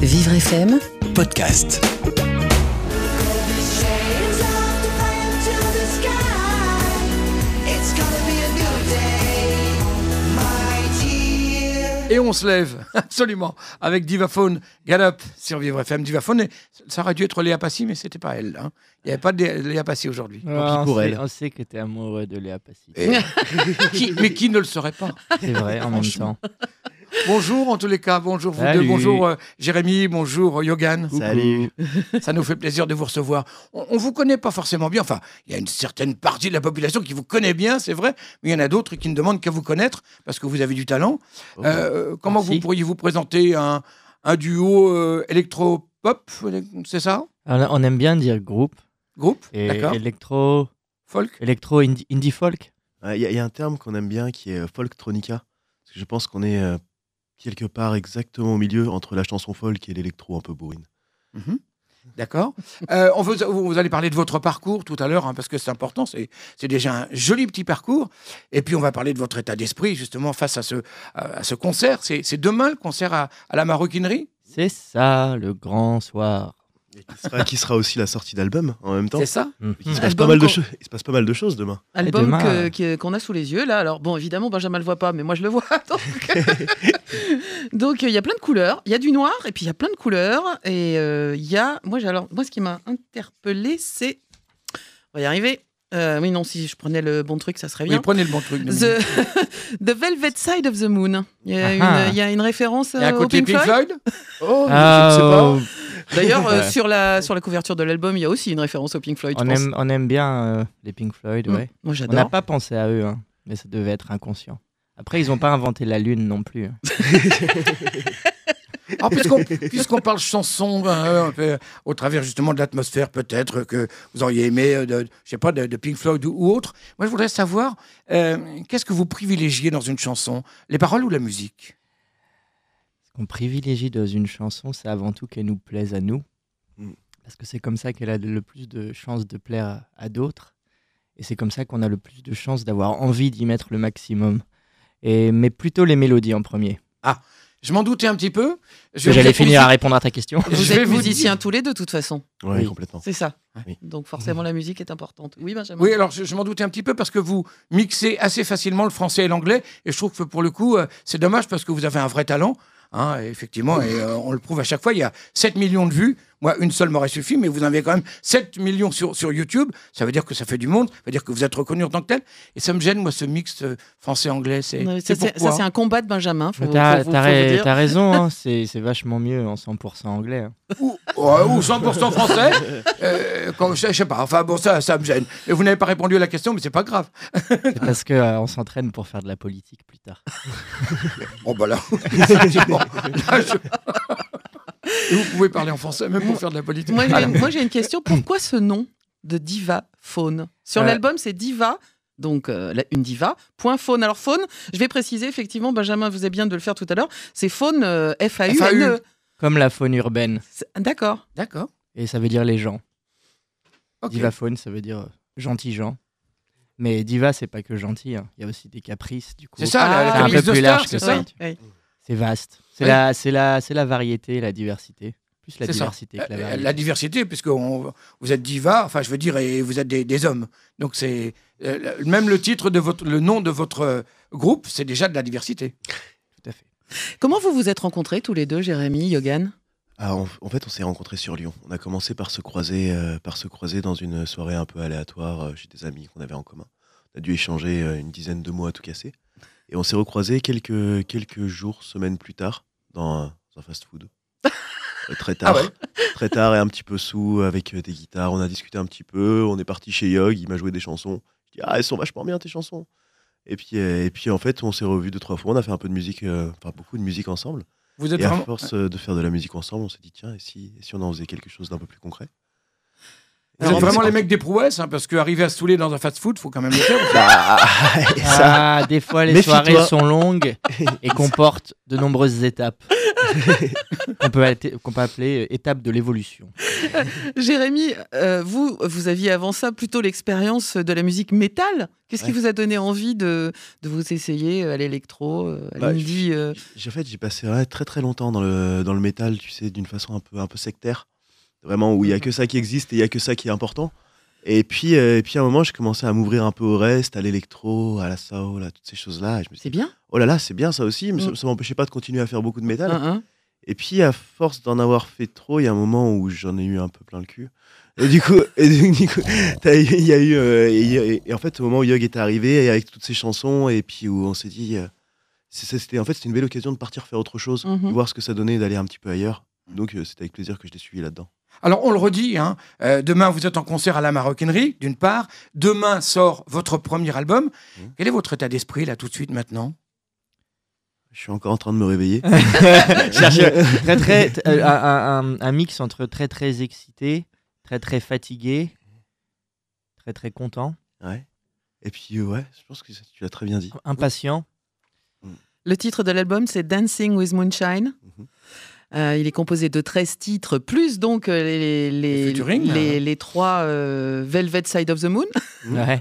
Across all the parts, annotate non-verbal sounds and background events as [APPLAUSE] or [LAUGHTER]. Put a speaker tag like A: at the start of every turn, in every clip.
A: Vivre FM,
B: podcast.
C: Et on se lève, [LAUGHS] absolument, avec Divaphone Gallup sur Vivre FM. Divaphone, ça aurait dû être Léa Passy, mais c'était pas elle. hein. Il n'y avait pas de Lé- Léa Passy aujourd'hui.
D: Ah,
E: qui
D: on,
E: pour
D: sait,
E: elle.
D: on sait que t'es amoureux de Léa Passy.
C: Et- Qui- mais qui ne le serait pas
D: C'est vrai, en même temps.
C: Bonjour en tous les cas, bonjour vous deux,
D: Salut.
C: bonjour euh, Jérémy, bonjour euh, Yogan.
E: Salut.
C: Ça nous fait plaisir de vous recevoir. On, on vous connaît pas forcément bien. Enfin, il y a une certaine partie de la population qui vous connaît bien, c'est vrai, mais il y en a d'autres qui ne demandent qu'à vous connaître parce que vous avez du talent. Euh, comment
D: Merci.
C: vous pourriez vous présenter un, un duo euh, électro-pop, c'est ça
D: Alors, on aime bien dire groupe
C: Groupe
D: et
C: D'accord.
D: électro,
C: Folk
D: électro indie, indie folk.
E: Il Euh, y, a- y a un terme qu'on aime bien qui est euh, folktronica. Parce que je pense qu'on est euh, quelque part exactement au milieu entre la chanson folk et l'électro un peu bourrine.
C: Mhm. D'accord. Euh, on vous, vous allez parler de votre parcours tout à l'heure, hein, parce que c'est important. C'est c'est déjà un joli petit parcours. Et puis, on va parler de votre état d'esprit, justement, face à ce, à à ce concert. C'est c'est demain le concert à, à la maroquinerie
D: C'est ça le grand soir.
E: Et [LAUGHS] qui sera, Mmh. qui sera aussi la sortie d'album en même temps.
C: C'est ça
D: Mhm.
E: Il se, passe pas
F: Album
E: mal de
F: qu'on-
E: cho- il se passe pas mal de choses demain.
D: Et
F: Album
D: demain,
F: que-
D: euh,
F: qui- qu'on a sous les yeux là. Alors bon, évidemment, Benjamin le voit pas, mais moi je le vois. [LAUGHS] Donc, donc euh, il y a plein de couleurs. Il y a du noir et puis il y a plein de couleurs. Et euh, il y a, moi j'ai- alors moi ce qui m'a interpellé, c'est, on va y arriver. Euh, oui non, si je prenais le bon truc, ça serait
C: Oui,
F: bien.
C: prenez le bon truc.
F: The, [LAUGHS] The Velvet Side of the Moon. Il y a,
D: Ah
F: une,
D: ah.
F: il y a une référence
C: Il y a un
F: euh, au
C: côté
F: Pink Floyd.
E: Oh,
D: Ah,
F: D'ailleurs, euh,
D: Ouais.
F: sur, la, sur la couverture de l'album, il y a aussi une référence au Pink Floyd.
D: on,
F: je pense.
D: aime, on aime bien euh, les Pink Floyd,
F: Mm.
D: ouais.
F: Moi
D: On n'a
F: j'adore.
D: pas pensé à eux, hein, mais ça devait être inconscient. Après, ils n'ont pas inventé la lune non plus. hein.
C: Ah, puisqu'on puisqu'on parle chanson, euh, un peu, au travers justement de l'atmosphère, peut-être que vous auriez aimé, euh, de, je sais pas, de, de Pink Floyd ou, ou autre. Moi, je voudrais savoir, euh, qu'est-ce que vous privilégiez dans une chanson Les paroles ou la musique
D: Ce qu'on privilégie dans une chanson, c'est avant tout qu'elle nous plaise à nous.
E: Mm.
D: Parce que c'est comme ça qu'elle a le plus de chances de plaire à, à d'autres. Et c'est comme ça qu'on a le plus de chances d'avoir envie d'y mettre le maximum. Et, mais plutôt les mélodies en premier.
C: Je m'en doutais un petit peu.
D: Parce
C: Je
D: que
C: vais
D: J'allais
C: vous dire-
D: finir à répondre à ta question.
C: Je
F: Vous
C: vais
F: êtes
C: vous
F: musiciens tous les deux, de toute façon.
E: Ouais,
D: Oui.
E: [LAUGHS] complètement.
F: C'est ça.
E: Oui.
F: Donc forcément, la musique est importante. Oui, Benjamin.
C: Oui, alors je, je m'en doutais un petit peu parce que vous mixez assez facilement le français et l'anglais. Et je trouve que pour le coup, euh, c'est dommage parce que vous avez un vrai talent. hein, et effectivement, et euh, on le prouve à chaque fois. Il y a 7 millions de vues. Moi, une seule m'aurait suffi, mais vous en avez quand même 7 millions sur, sur YouTube. Ça veut dire que ça fait du monde. Ça veut dire que vous êtes reconnu en tant que tel. Et ça me gêne, moi, ce mix euh, français-anglais. C'est
F: Non, mais
C: c'est
F: ça, c'est
C: pourquoi hein
F: ça, c'est un combat de Benjamin. Faut,
D: Mais T'as
F: faut- faut-
D: t'as
F: faut
D: ra-
F: le dire.
D: t'as raison, hein, c'est c'est vachement mieux en 100% anglais. hein.
C: ou, ouais, ou 100% français. euh, quand, je, je sais pas. Enfin, bon, ça, ça me gêne. Et vous n'avez pas répondu à la question, mais c'est pas grave.
D: C'est parce qu'on s'entraîne pour faire de la politique plus tard.
C: Bon, bah là, effectivement, là, je- Et vous pouvez parler en français, même pour faire de la politique.
F: Moi, j'ai
C: Alors,
F: une- moi, j'ai une question. Pourquoi ce nom de diva faune Sur
D: Euh.
F: l'album, c'est diva. Donc, euh, la- une diva, point faune. Alors, faune, je vais préciser, effectivement, Benjamin vous avez bien de le faire tout à l'heure, c'est faune euh, F-A-U-N-E.
D: Comme la faune urbaine.
F: C'est- D'accord.
C: D'accord.
D: Et ça veut dire les gens.
C: ok.
D: Diva faune, ça veut dire euh, gentil gens. Mais diva, c'est pas que gentil. hein. Il y a aussi des caprices, du coup.
C: C'est ça, la, la
F: Ah,
D: c'est un
C: police
D: peu
C: de
D: plus
C: star,
D: large que
C: c'est
D: ça.
C: ça.
F: Oui, oui.
D: C'est vaste. C'est
C: Oui.
D: la, c'est la, c'est la variété, la diversité. Plus la
C: C'est ça.
D: diversité que la
C: Euh,
D: variété.
C: La diversité, puisque on- vous êtes diva, enfin, je veux dire, et vous êtes des, des hommes. Donc, c'est. euh, le- même le titre de votre. Le nom de votre euh, groupe, c'est déjà de la diversité.
D: Tout à fait.
F: Comment vous vous êtes rencontrés tous les deux, Jérémy, Yogan
E: Ah, en, en fait, on s'est rencontrés sur Lyon. On a commencé par se croiser, euh, par se croiser dans une soirée un peu aléatoire euh, chez des amis qu'on avait en commun. On a dû échanger euh, une dizaine de mots à tout casser. Et on s'est recroisés quelques, quelques jours, semaines plus tard, dans un, dans un fast-food.
C: [LAUGHS]
E: Euh, très tard.
C: Ah ouais
E: Très tard et un petit peu sous, avec euh, des guitares. On a discuté un petit peu. On est parti chez Yog. Il m'a joué des chansons. Je dis, ah, elles sont vachement bien, tes chansons. Et puis, euh, et puis en fait, on s'est revus deux, trois fois. On a fait un peu de musique, euh, enfin beaucoup de musique ensemble.
C: Vous êtes
E: Et à
C: vraiment-
E: force euh, de faire de la musique ensemble, on s'est dit, tiens, et si, et si on en faisait quelque chose d'un peu plus concret
C: Vous
E: Alors,
C: êtes
E: en
C: vraiment
E: plus-
C: les mecs des prouesses, hein, parce qu'arriver à se saouler dans un fast-food, faut quand même le faire.
E: Bah, et ça,
D: [LAUGHS] Ah, des fois, les
E: Méfie-toi.
D: soirées sont [LAUGHS] longues et comportent de nombreuses [LAUGHS] étapes. qu'on peut, atte- qu'on peut appeler euh, étape de l'évolution.
F: Jérémy, euh, vous, vous aviez avant ça plutôt l'expérience de la musique métal. Qu'est-ce qui
E: Ouais.
F: vous a donné envie de, de vous essayer à l'électro, euh, à
E: Bah,
F: l'indie euh,
E: J'ai- En fait, j'ai passé ouais, très très longtemps dans le, dans le métal, tu sais, d'une façon un peu, un peu sectaire. Vraiment, où il n'y
C: Mm.
E: a que ça qui existe et il n'y a que ça qui est important. Et puis, euh, et puis à un moment, j'ai commencé à m'ouvrir un peu au reste, à l'électro, à la soul, à toutes ces choses-là. Et je me suis dit,
F: C'est bien
E: oh là là, c'est bien ça aussi, mais ça-
F: Mm.
E: ça m'empêchait pas de continuer à faire beaucoup de
C: Ah.
E: métal.
F: hein, hein
E: Et puis, à force d'en avoir fait trop, il y a un moment où j'en ai eu un peu plein le cul. Et du coup, [LAUGHS] et du du coup, t'as eu- il y a eu. euh, et il y a- et, en fait, au moment où Yog est arrivé, et avec toutes ses chansons, et puis où on s'est dit. euh, c'est- ça, c'était, en fait, c'était une belle occasion de partir faire autre chose,
F: Mhm.
E: de voir ce que ça donnait d'aller un petit peu ailleurs. Donc, euh, c'est avec plaisir que je l'ai suivi là-dedans.
C: Alors, on le redit, hein, euh, demain, vous êtes en concert à la Maroquinerie, d'une part. Demain sort votre premier album.
E: Mmh.
C: Quel est votre état d'esprit, là, tout de suite, maintenant
E: Je suis encore en train de me réveiller.
D: Chercher très, [LAUGHS] très, t- euh, un, un- un- un mix entre très très excité, très très fatigué, très très content,
E: Ouais. Et puis, euh, ouais, je pense que ça- tu l'as très bien dit.
D: impatient.
F: Le titre de l'album, c'est Dancing with Moonshine.
E: Mhm.
F: Euh, il est composé de 13 titres, plus donc euh, les, les,
C: Les featuring,
F: les- les trois euh, Velvet Side of the Moon.
D: Ouais,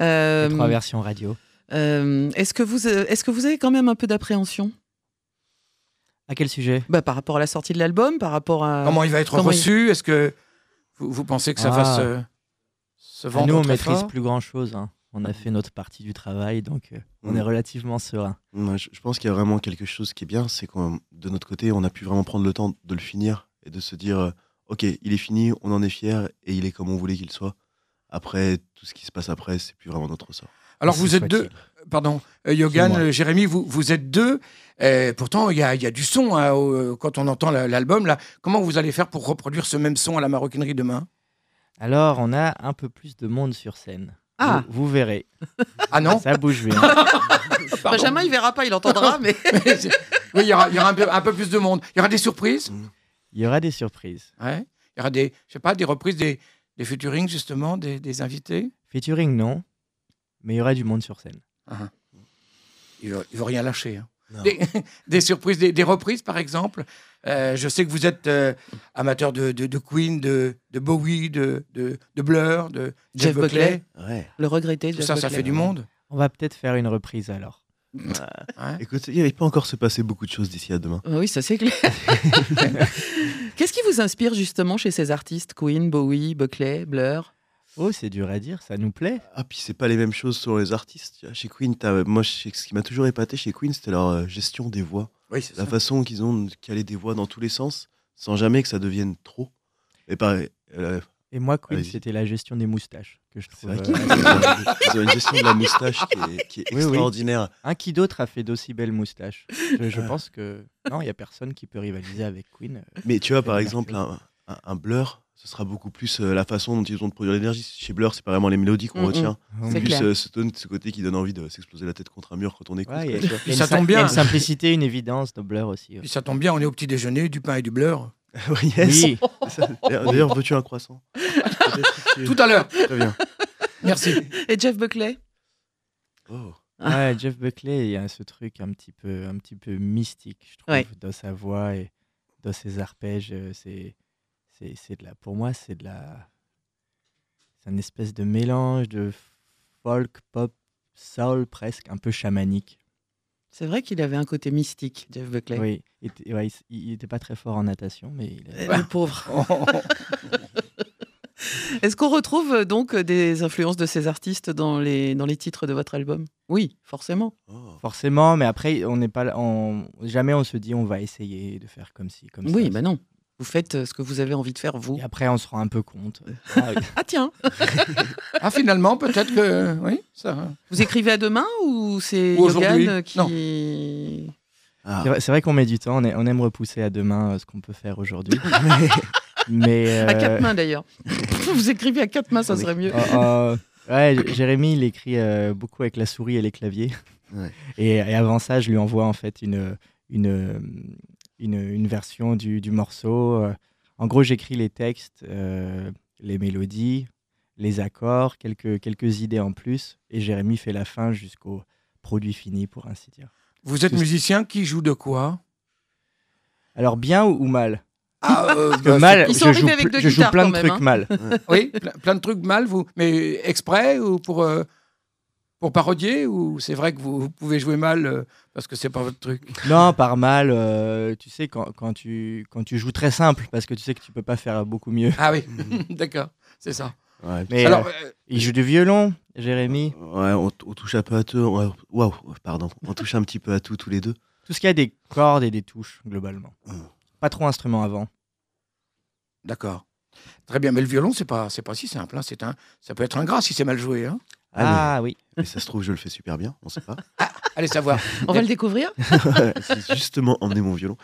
F: Euh,
D: les trois versions radio.
F: euh, Est-ce que, vous, euh, est-ce que vous avez quand même un peu d'appréhension
D: À quel sujet
F: bah, par rapport à la sortie de l'album, par rapport
D: Euh,
F: à...
C: Comment il va être
F: comment
C: reçu Est-ce que vous, vous pensez que ça
D: Ah.
C: fasse euh, se vendre
D: Nous, on
C: très
D: maîtrise
C: fort
D: plus grand chose. On a fait notre partie du travail, donc euh, on
E: Mm.
D: est relativement serein.
E: Moi, je, je pense qu'il y a vraiment quelque chose qui est bien, c'est qu'on, de notre côté, on a pu vraiment prendre le temps de le finir et de se dire, euh, ok, il est fini, on en est fier et il est comme on voulait qu'il soit. Après, tout ce qui se passe après, c'est plus vraiment notre ressort.
C: Alors,
D: Ainsi
C: vous êtes deux.
D: soit-il.
C: Pardon, euh, Yogan,
E: C'est moi.
C: euh, Jérémy, vous, vous êtes deux. Euh, pourtant, il y a, il y a du son hein, au- euh, quand on entend la- l'album. Là, Comment vous allez faire pour reproduire ce même son à la Maroquinerie demain
D: Alors, on a un peu plus de monde sur scène.
F: Ah.
D: Vous, vous verrez.
C: Ah
D: [LAUGHS]
C: non
D: Ça
C: [LAUGHS]
D: bouge bien.
C: Pardon. [LAUGHS]
F: Benjamin, il verra pas, il entendra, mais...
C: Oui, il y aura, il y aura un, peu, un peu plus de monde. Il y aura des surprises.
D: Il y aura des surprises.
C: ouais. Il y aura des, je sais pas, des reprises des, des featuring, justement, des, des invités.
D: Featuring, non. Mais il y aura du monde sur scène.
C: Ils ne veut, il veut rien lâcher. hein.
E: Non.
C: Des, des surprises, des, des reprises, par exemple. Euh, je sais que vous êtes euh, amateur de, de- de Queen, de, de Bowie, de, de, de Blur, de Jeff,
F: Jeff Buckley.
C: Buckley.
E: Ouais.
F: Le regretter,
C: Tout ça, ça fait du monde.
D: On va peut-être faire une reprise alors.
C: hein.
E: Écoute, il va pas encore se passer beaucoup de choses d'ici à demain.
F: Ah Oui, ça c'est
C: [LAUGHS]
F: clair. Qu'est-ce qui vous inspire justement chez ces artistes Queen, Bowie, Buckley, Blur
D: Oh, c'est dur à dire, ça nous plaît.
E: Ah, puis c'est pas les mêmes choses selon les artistes. tu vois. Chez Queen, t'as- moi, je sais que ce qui m'a toujours épaté chez Queen, c'était leur euh, gestion des voix.
C: Oui, c'est
E: La
C: ça.
E: façon qu'ils ont de caler des voix dans tous les sens, sans jamais que ça devienne trop. Et pareil, euh,
D: Et moi, Queen,
E: Allez-y.
D: c'était la gestion des moustaches que je
E: C'est
D: trouve.
E: vrai
D: euh,
E: qu'ils ils ont une gestion de la moustache qui est, qui est
D: Oui, oui.
E: extraordinaire.
D: hein, qui d'autre a fait d'aussi belles moustaches Je, je
C: Ah.
E: Ouais.
D: pense que non, il y a personne qui peut rivaliser avec Queen. euh,
E: Mais tu vois,
D: C'est
E: par
D: bien
E: exemple,
D: fait.
E: un, un- un blur, ce sera beaucoup plus euh, la façon dont ils ont de produire l'énergie. Chez blur, c'est pas vraiment les mélodies qu'on
F: Mm, mm.
E: retient.
D: on-
F: C'est
E: C'est
F: clair.
E: plus euh, ce, tone- ce côté qui donne envie de s'exploser la tête contre un mur quand on écoute. [LAUGHS]
D: Ouais, il y a-
E: quoi, tu vois.
D: il y a une
C: Ça
D: sim-
C: tombe
D: il y a
C: bien.
D: une simplicité, une évidence de Blur aussi. euh.
C: Puis ça tombe bien, on est au petit déjeuner, du pain et du Blur.
E: Oui, [LAUGHS] yes.
D: Oui,
E: [LAUGHS] Ça- D'ailleurs, d'ailleurs, veux-tu un croissant
C: Tout à l'heure.
E: Très bien.
C: Merci.
F: Et Jeff Buckley
E: Oh.
D: ouais, Jeff Buckley, il y a ce truc un petit peu, un petit peu mystique, je trouve,
F: Ouais.
D: dans sa voix et dans ses arpèges. euh, C'est, c'est, c'est de la, pour moi, c'est de la, c'est un espèce de mélange de folk, pop, soul, presque un peu chamanique.
F: C'est vrai qu'il avait un côté mystique, Jeff Buckley.
D: Oui, il était, ouais, il s- il- il était pas très fort en natation, mais il a-
F: Euh, Le
C: [LAUGHS]
F: pauvre.
C: On-
F: [LAUGHS] Est-ce qu'on retrouve euh, donc euh, des influences de ces artistes dans les, dans les titres de votre album Oui, forcément.
E: Oh.
D: [LAUGHS] forcément. Mais après, on n'est pas, là- on, jamais on se dit on va essayer de faire comme si, comme
F: oui,
D: ça.
F: bah non. Vous faites euh, ce que vous avez envie de faire, vous.
D: Et après, on se rend un peu compte. Ah,
F: Ah tiens,
C: Ah, finalement, peut-être que. Oui, ça. hein.
F: vous écrivez à demain ou c'est
C: Ou aujourd'hui.
F: Yogan euh, qui...
E: Ah.
D: C'est vrai, c'est vrai qu'on met du temps, on, est- on aime repousser à demain euh, ce qu'on peut faire aujourd'hui. mais. euh,
F: À quatre mains d'ailleurs. vous écrivez à quatre mains, ça serait mieux.
D: euh, euh, ouais, J- Jérémy, il écrit euh, beaucoup avec la souris et les claviers.
E: Ouais.
D: [LAUGHS] Et, et avant ça, je lui envoie en fait une, une, euh, une, une version du, du morceau. Euh, En gros, j'écris les textes, euh, les mélodies, les accords, quelques, quelques idées en plus. Et Jérémy fait la fin jusqu'au produit fini, pour ainsi dire.
C: Vous êtes
D: C'est-
C: musicien qui joue de quoi
D: Alors, bien ou, ou mal
C: Ah, euh,
D: Parce que
C: bah,
D: mal,
F: Ils sont
D: je
F: arrivés
D: joue,
F: avec
D: pl-
F: deux
D: je joue
F: guitares
D: plein
F: quand
D: de
F: même,
D: trucs
F: hein. [LAUGHS]
D: mal.
C: Oui, plein, plein de trucs mal, vous. Mais exprès ou pour, euh, pour parodier Ou c'est vrai que vous, vous pouvez jouer mal euh, parce que c'est pas votre truc
D: Non, par mal, euh, tu sais, quand, quand, tu, quand tu joues très simple, parce que tu sais que tu peux pas faire beaucoup mieux.
C: Ah oui,
E: Hmm.
C: [LAUGHS] d'accord, c'est ça.
E: Ouais,
D: Mais
C: Alors,
D: euh,
C: euh,
D: il joue du violon, Jérémy.
E: Ouais, on, on touche un peu à tout. on- Waouh, pardon. On touche un petit peu à tout tous les deux.
D: Tout ce qui a des cordes et des touches, globalement.
E: Mm.
D: Pas trop instrument avant.
C: d'accord. Très bien, mais le violon, c'est pas, c'est pas si simple. hein, C'est un, ça peut être ingrat si c'est mal joué. hein.
E: Ah,
D: Ah, oui.
E: Et ça se trouve, je le fais super bien. On sait pas. [LAUGHS]
C: Allez [LAUGHS] savoir.
F: On va le découvrir.
E: J'ai justement emmené mon violon.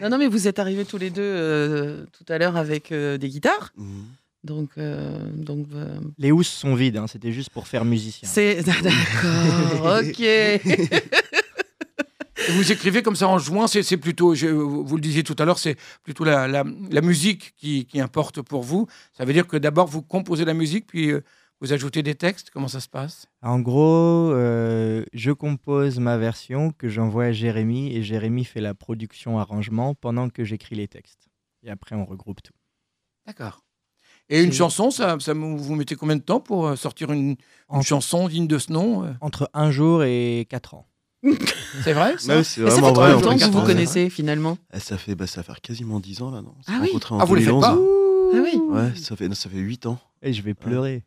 F: Non, non, mais vous êtes arrivés tous les deux euh, tout à l'heure avec euh, des guitares.
E: Mhm.
F: Donc, euh, donc euh,
D: Les housses sont vides, hein, c'était juste pour faire musicien.
F: c'est. [LAUGHS] D'accord, ok.
C: Et Vous écrivez comme ça en jouant, c'est c'est plutôt, je, vous vous le disiez tout à l'heure, c'est plutôt la, la- la musique qui, qui importe pour vous. Ça veut dire que d'abord vous composez la musique, puis euh, vous ajoutez des textes. Comment ça se passe
D: En gros, euh, je compose ma version que j'envoie à Jérémy et Jérémy fait la production arrangement pendant que j'écris les textes. Et après, on regroupe tout.
C: D'accord. Et une
D: C'est-
C: chanson, ça, ça vous vous mettez combien de temps pour euh, sortir une, une
D: En-
C: chanson digne de ce nom euh
D: Entre un jour et quatre ans.
C: Bah, C'est vrai ça
E: Ouais, c'est
F: Mais ça fait
E: vraiment vrai,
F: combien de
E: on
F: temps
E: fait
F: que vous vous
E: quatre ans.
F: connaissez finalement
E: Ah, Ça fait, bah, ça va faire quasiment 10 ans là, non On s'est
F: Ah oui.
E: rencontrés en
C: Ah, vous les faites
E: 2011.
C: pas
F: Ah oui.
E: Ouais, ça fait, non, ça fait 8 ans. [LAUGHS]
D: Et je vais pleurer.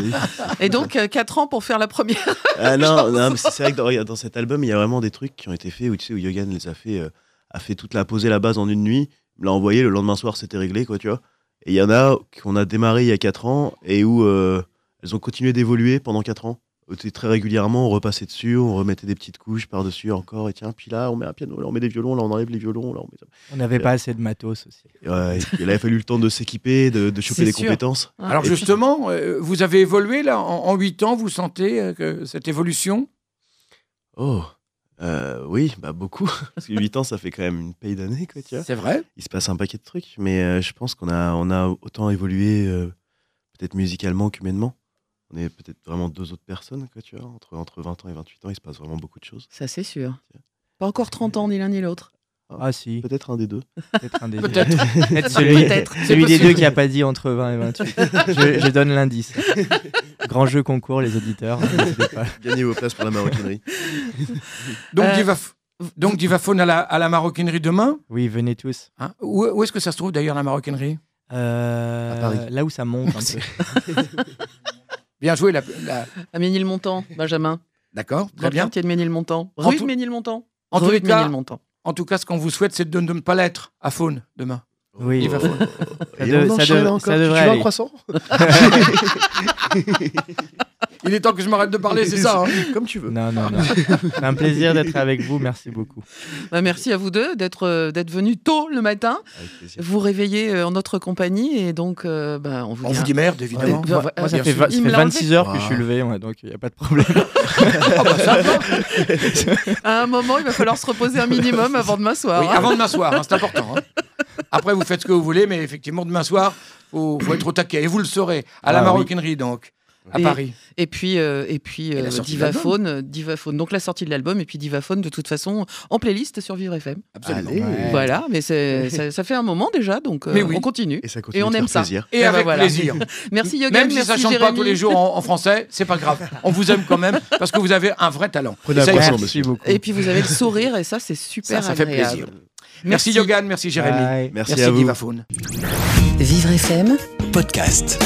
E: Et-
F: Et donc, 4 ans pour faire la première.
E: ah non, non, mais c'est c'est vrai que dans, regarde, dans cet album, il y a vraiment des trucs qui ont été faits où tu sais où Yogan les a fait, euh, a fait toute la posée la base en une nuit, me l'a envoyé le lendemain soir, c'était réglé quoi, tu vois. Et il y en a qu'on a démarré il y a 4 ans et où euh, elles ont continué d'évoluer pendant 4 ans. Où t'es Très régulièrement, on repassait dessus, on remettait des petites couches par-dessus encore, et tiens, puis là, on met un piano, là, on met des violons, là, on enlève les violons, là, on met ça.
D: On n'avait pas assez de matos aussi.
E: Et ouais, il a fallu le temps de s'équiper, de, de choper
F: C'est
E: des
F: sûr.
E: compétences. Et
C: Alors
E: puis-
C: justement, euh, vous avez évolué là en, en huit ans. Vous sentez euh, que cette évolution
E: Oh, euh, oui, bah beaucoup. [LAUGHS] Parce que 8 ans, ça fait quand même une paye d'années, quoi, tu vois.
C: C'est vrai.
E: Il se passe un paquet de trucs, mais euh, je pense qu'on a, on a autant évolué, euh, peut-être musicalement qu'humainement. On est peut-être vraiment deux autres personnes, quoi, tu vois. Entre, entre 20 ans et 28 ans, il se passe vraiment beaucoup de choses.
F: Ça, c'est sûr. Pas encore 30 ans, ni l'un ni l'autre.
D: Ah si,
E: Peut-être un des deux.
D: peut-être un des deux.
C: Peut-être.
D: [LAUGHS]
F: [LAUGHS]
D: Peut-être celui,
F: Peut-être.
D: celui des
C: possible.
D: deux qui a pas dit entre 20 et 28. je, je donne l'indice. Grand jeu concours, les auditeurs. hein, n'hésitez pas.
E: Gagnez vos places pour la [LAUGHS] maroquinerie.
C: Donc
F: Euh,
C: Diva, donc Divaphone à la, à la maroquinerie demain.
D: Oui, venez tous.
C: hein où où est-ce que ça se trouve d'ailleurs la maroquinerie
D: Euh,
E: À Paris.
D: Là où ça monte un peu.
C: Bien joué, la- la,
F: À Ménilmontant, Benjamin.
C: D'accord, très
F: Grand
C: bien.
F: quartier de Ménilmontant.
C: En
F: Rue
C: tout-
F: de Ménilmontant.
C: En tous,
F: Rue
C: les
F: de
C: cas,
F: Ménilmontant.
C: en tout cas, ce qu'on vous souhaite, c'est de de ne pas l'être à Faune demain.
D: Oui.
C: Il va falloir-
E: Et
D: Ça
E: on
D: de- ça
E: enchaîne
D: de- ça
E: encore. Tu-
D: devrait
E: tu veux un
D: aller.
E: croissant
C: Il est temps que je m'arrête de parler, [LAUGHS] c'est ça. hein
E: Comme tu veux.
D: Non, non, non. C'est un plaisir d'être avec vous. Merci beaucoup.
F: Bah, merci à vous deux d'être euh, d'être venus tôt le matin,
E: Avec plaisir.
F: vous réveillez euh, en notre compagnie et donc euh, bah, on vous
C: On
F: dit
C: vous
F: un-
C: dit merde,
F: Euh,
C: évidemment.
F: bah,
D: Moi, ça
F: bien
D: fait,
F: sûr.
D: va- ça
F: Il me
D: fait
F: l'a enlevé.
D: 26 heures que je suis
E: Wow.
D: levé, ouais, donc il n'y a pas de problème.
F: À un moment, il va falloir se reposer un minimum avant demain soir.
C: Oui,
F: hein.
C: avant demain soir, hein, c'est important. hein. Après, vous faites ce que vous voulez, mais effectivement, demain soir, faut, faut être au taquet. Et vous le saurez, à la
D: Ah, oui.
C: maroquinerie, donc, à
F: Et-
C: Paris.
F: Et puis, euh, et puis
C: Et la
F: euh,
C: sortie de
F: Divaphone, euh, Divaphone. Donc la sortie de l'album et puis Divaphone, de toute façon, en playlist sur Vivre FM.
C: Absolument.
E: Allez.
D: Ouais.
F: Voilà, mais
C: [LAUGHS]
F: c'est- ça, ça fait un moment déjà, donc euh,
C: Mais oui.
F: on continue.
E: Et ça continue
F: Et on
E: de faire
F: aime ça.
E: plaisir.
C: Et
F: Eh ben
C: avec
F: voilà.
C: plaisir.
F: Merci Yogan,
C: Même si
F: merci
C: ça chante pas
F: Jérémy.
C: tous les jours en, en français, c'est pas grave. On vous aime quand même parce que vous avez un vrai talent.
E: Prenez
C: Et ça,
E: un croissant,
D: Merci
E: monsieur.
D: beaucoup.
F: Et puis vous avez le sourire et ça, c'est
C: ça,
F: super
C: ça fait
F: agréable.
C: plaisir. Merci, Yogan, merci Jérémy.
D: Bye.
E: Merci à vous.
C: Divaphone.
A: Vivre FM.
B: podcast.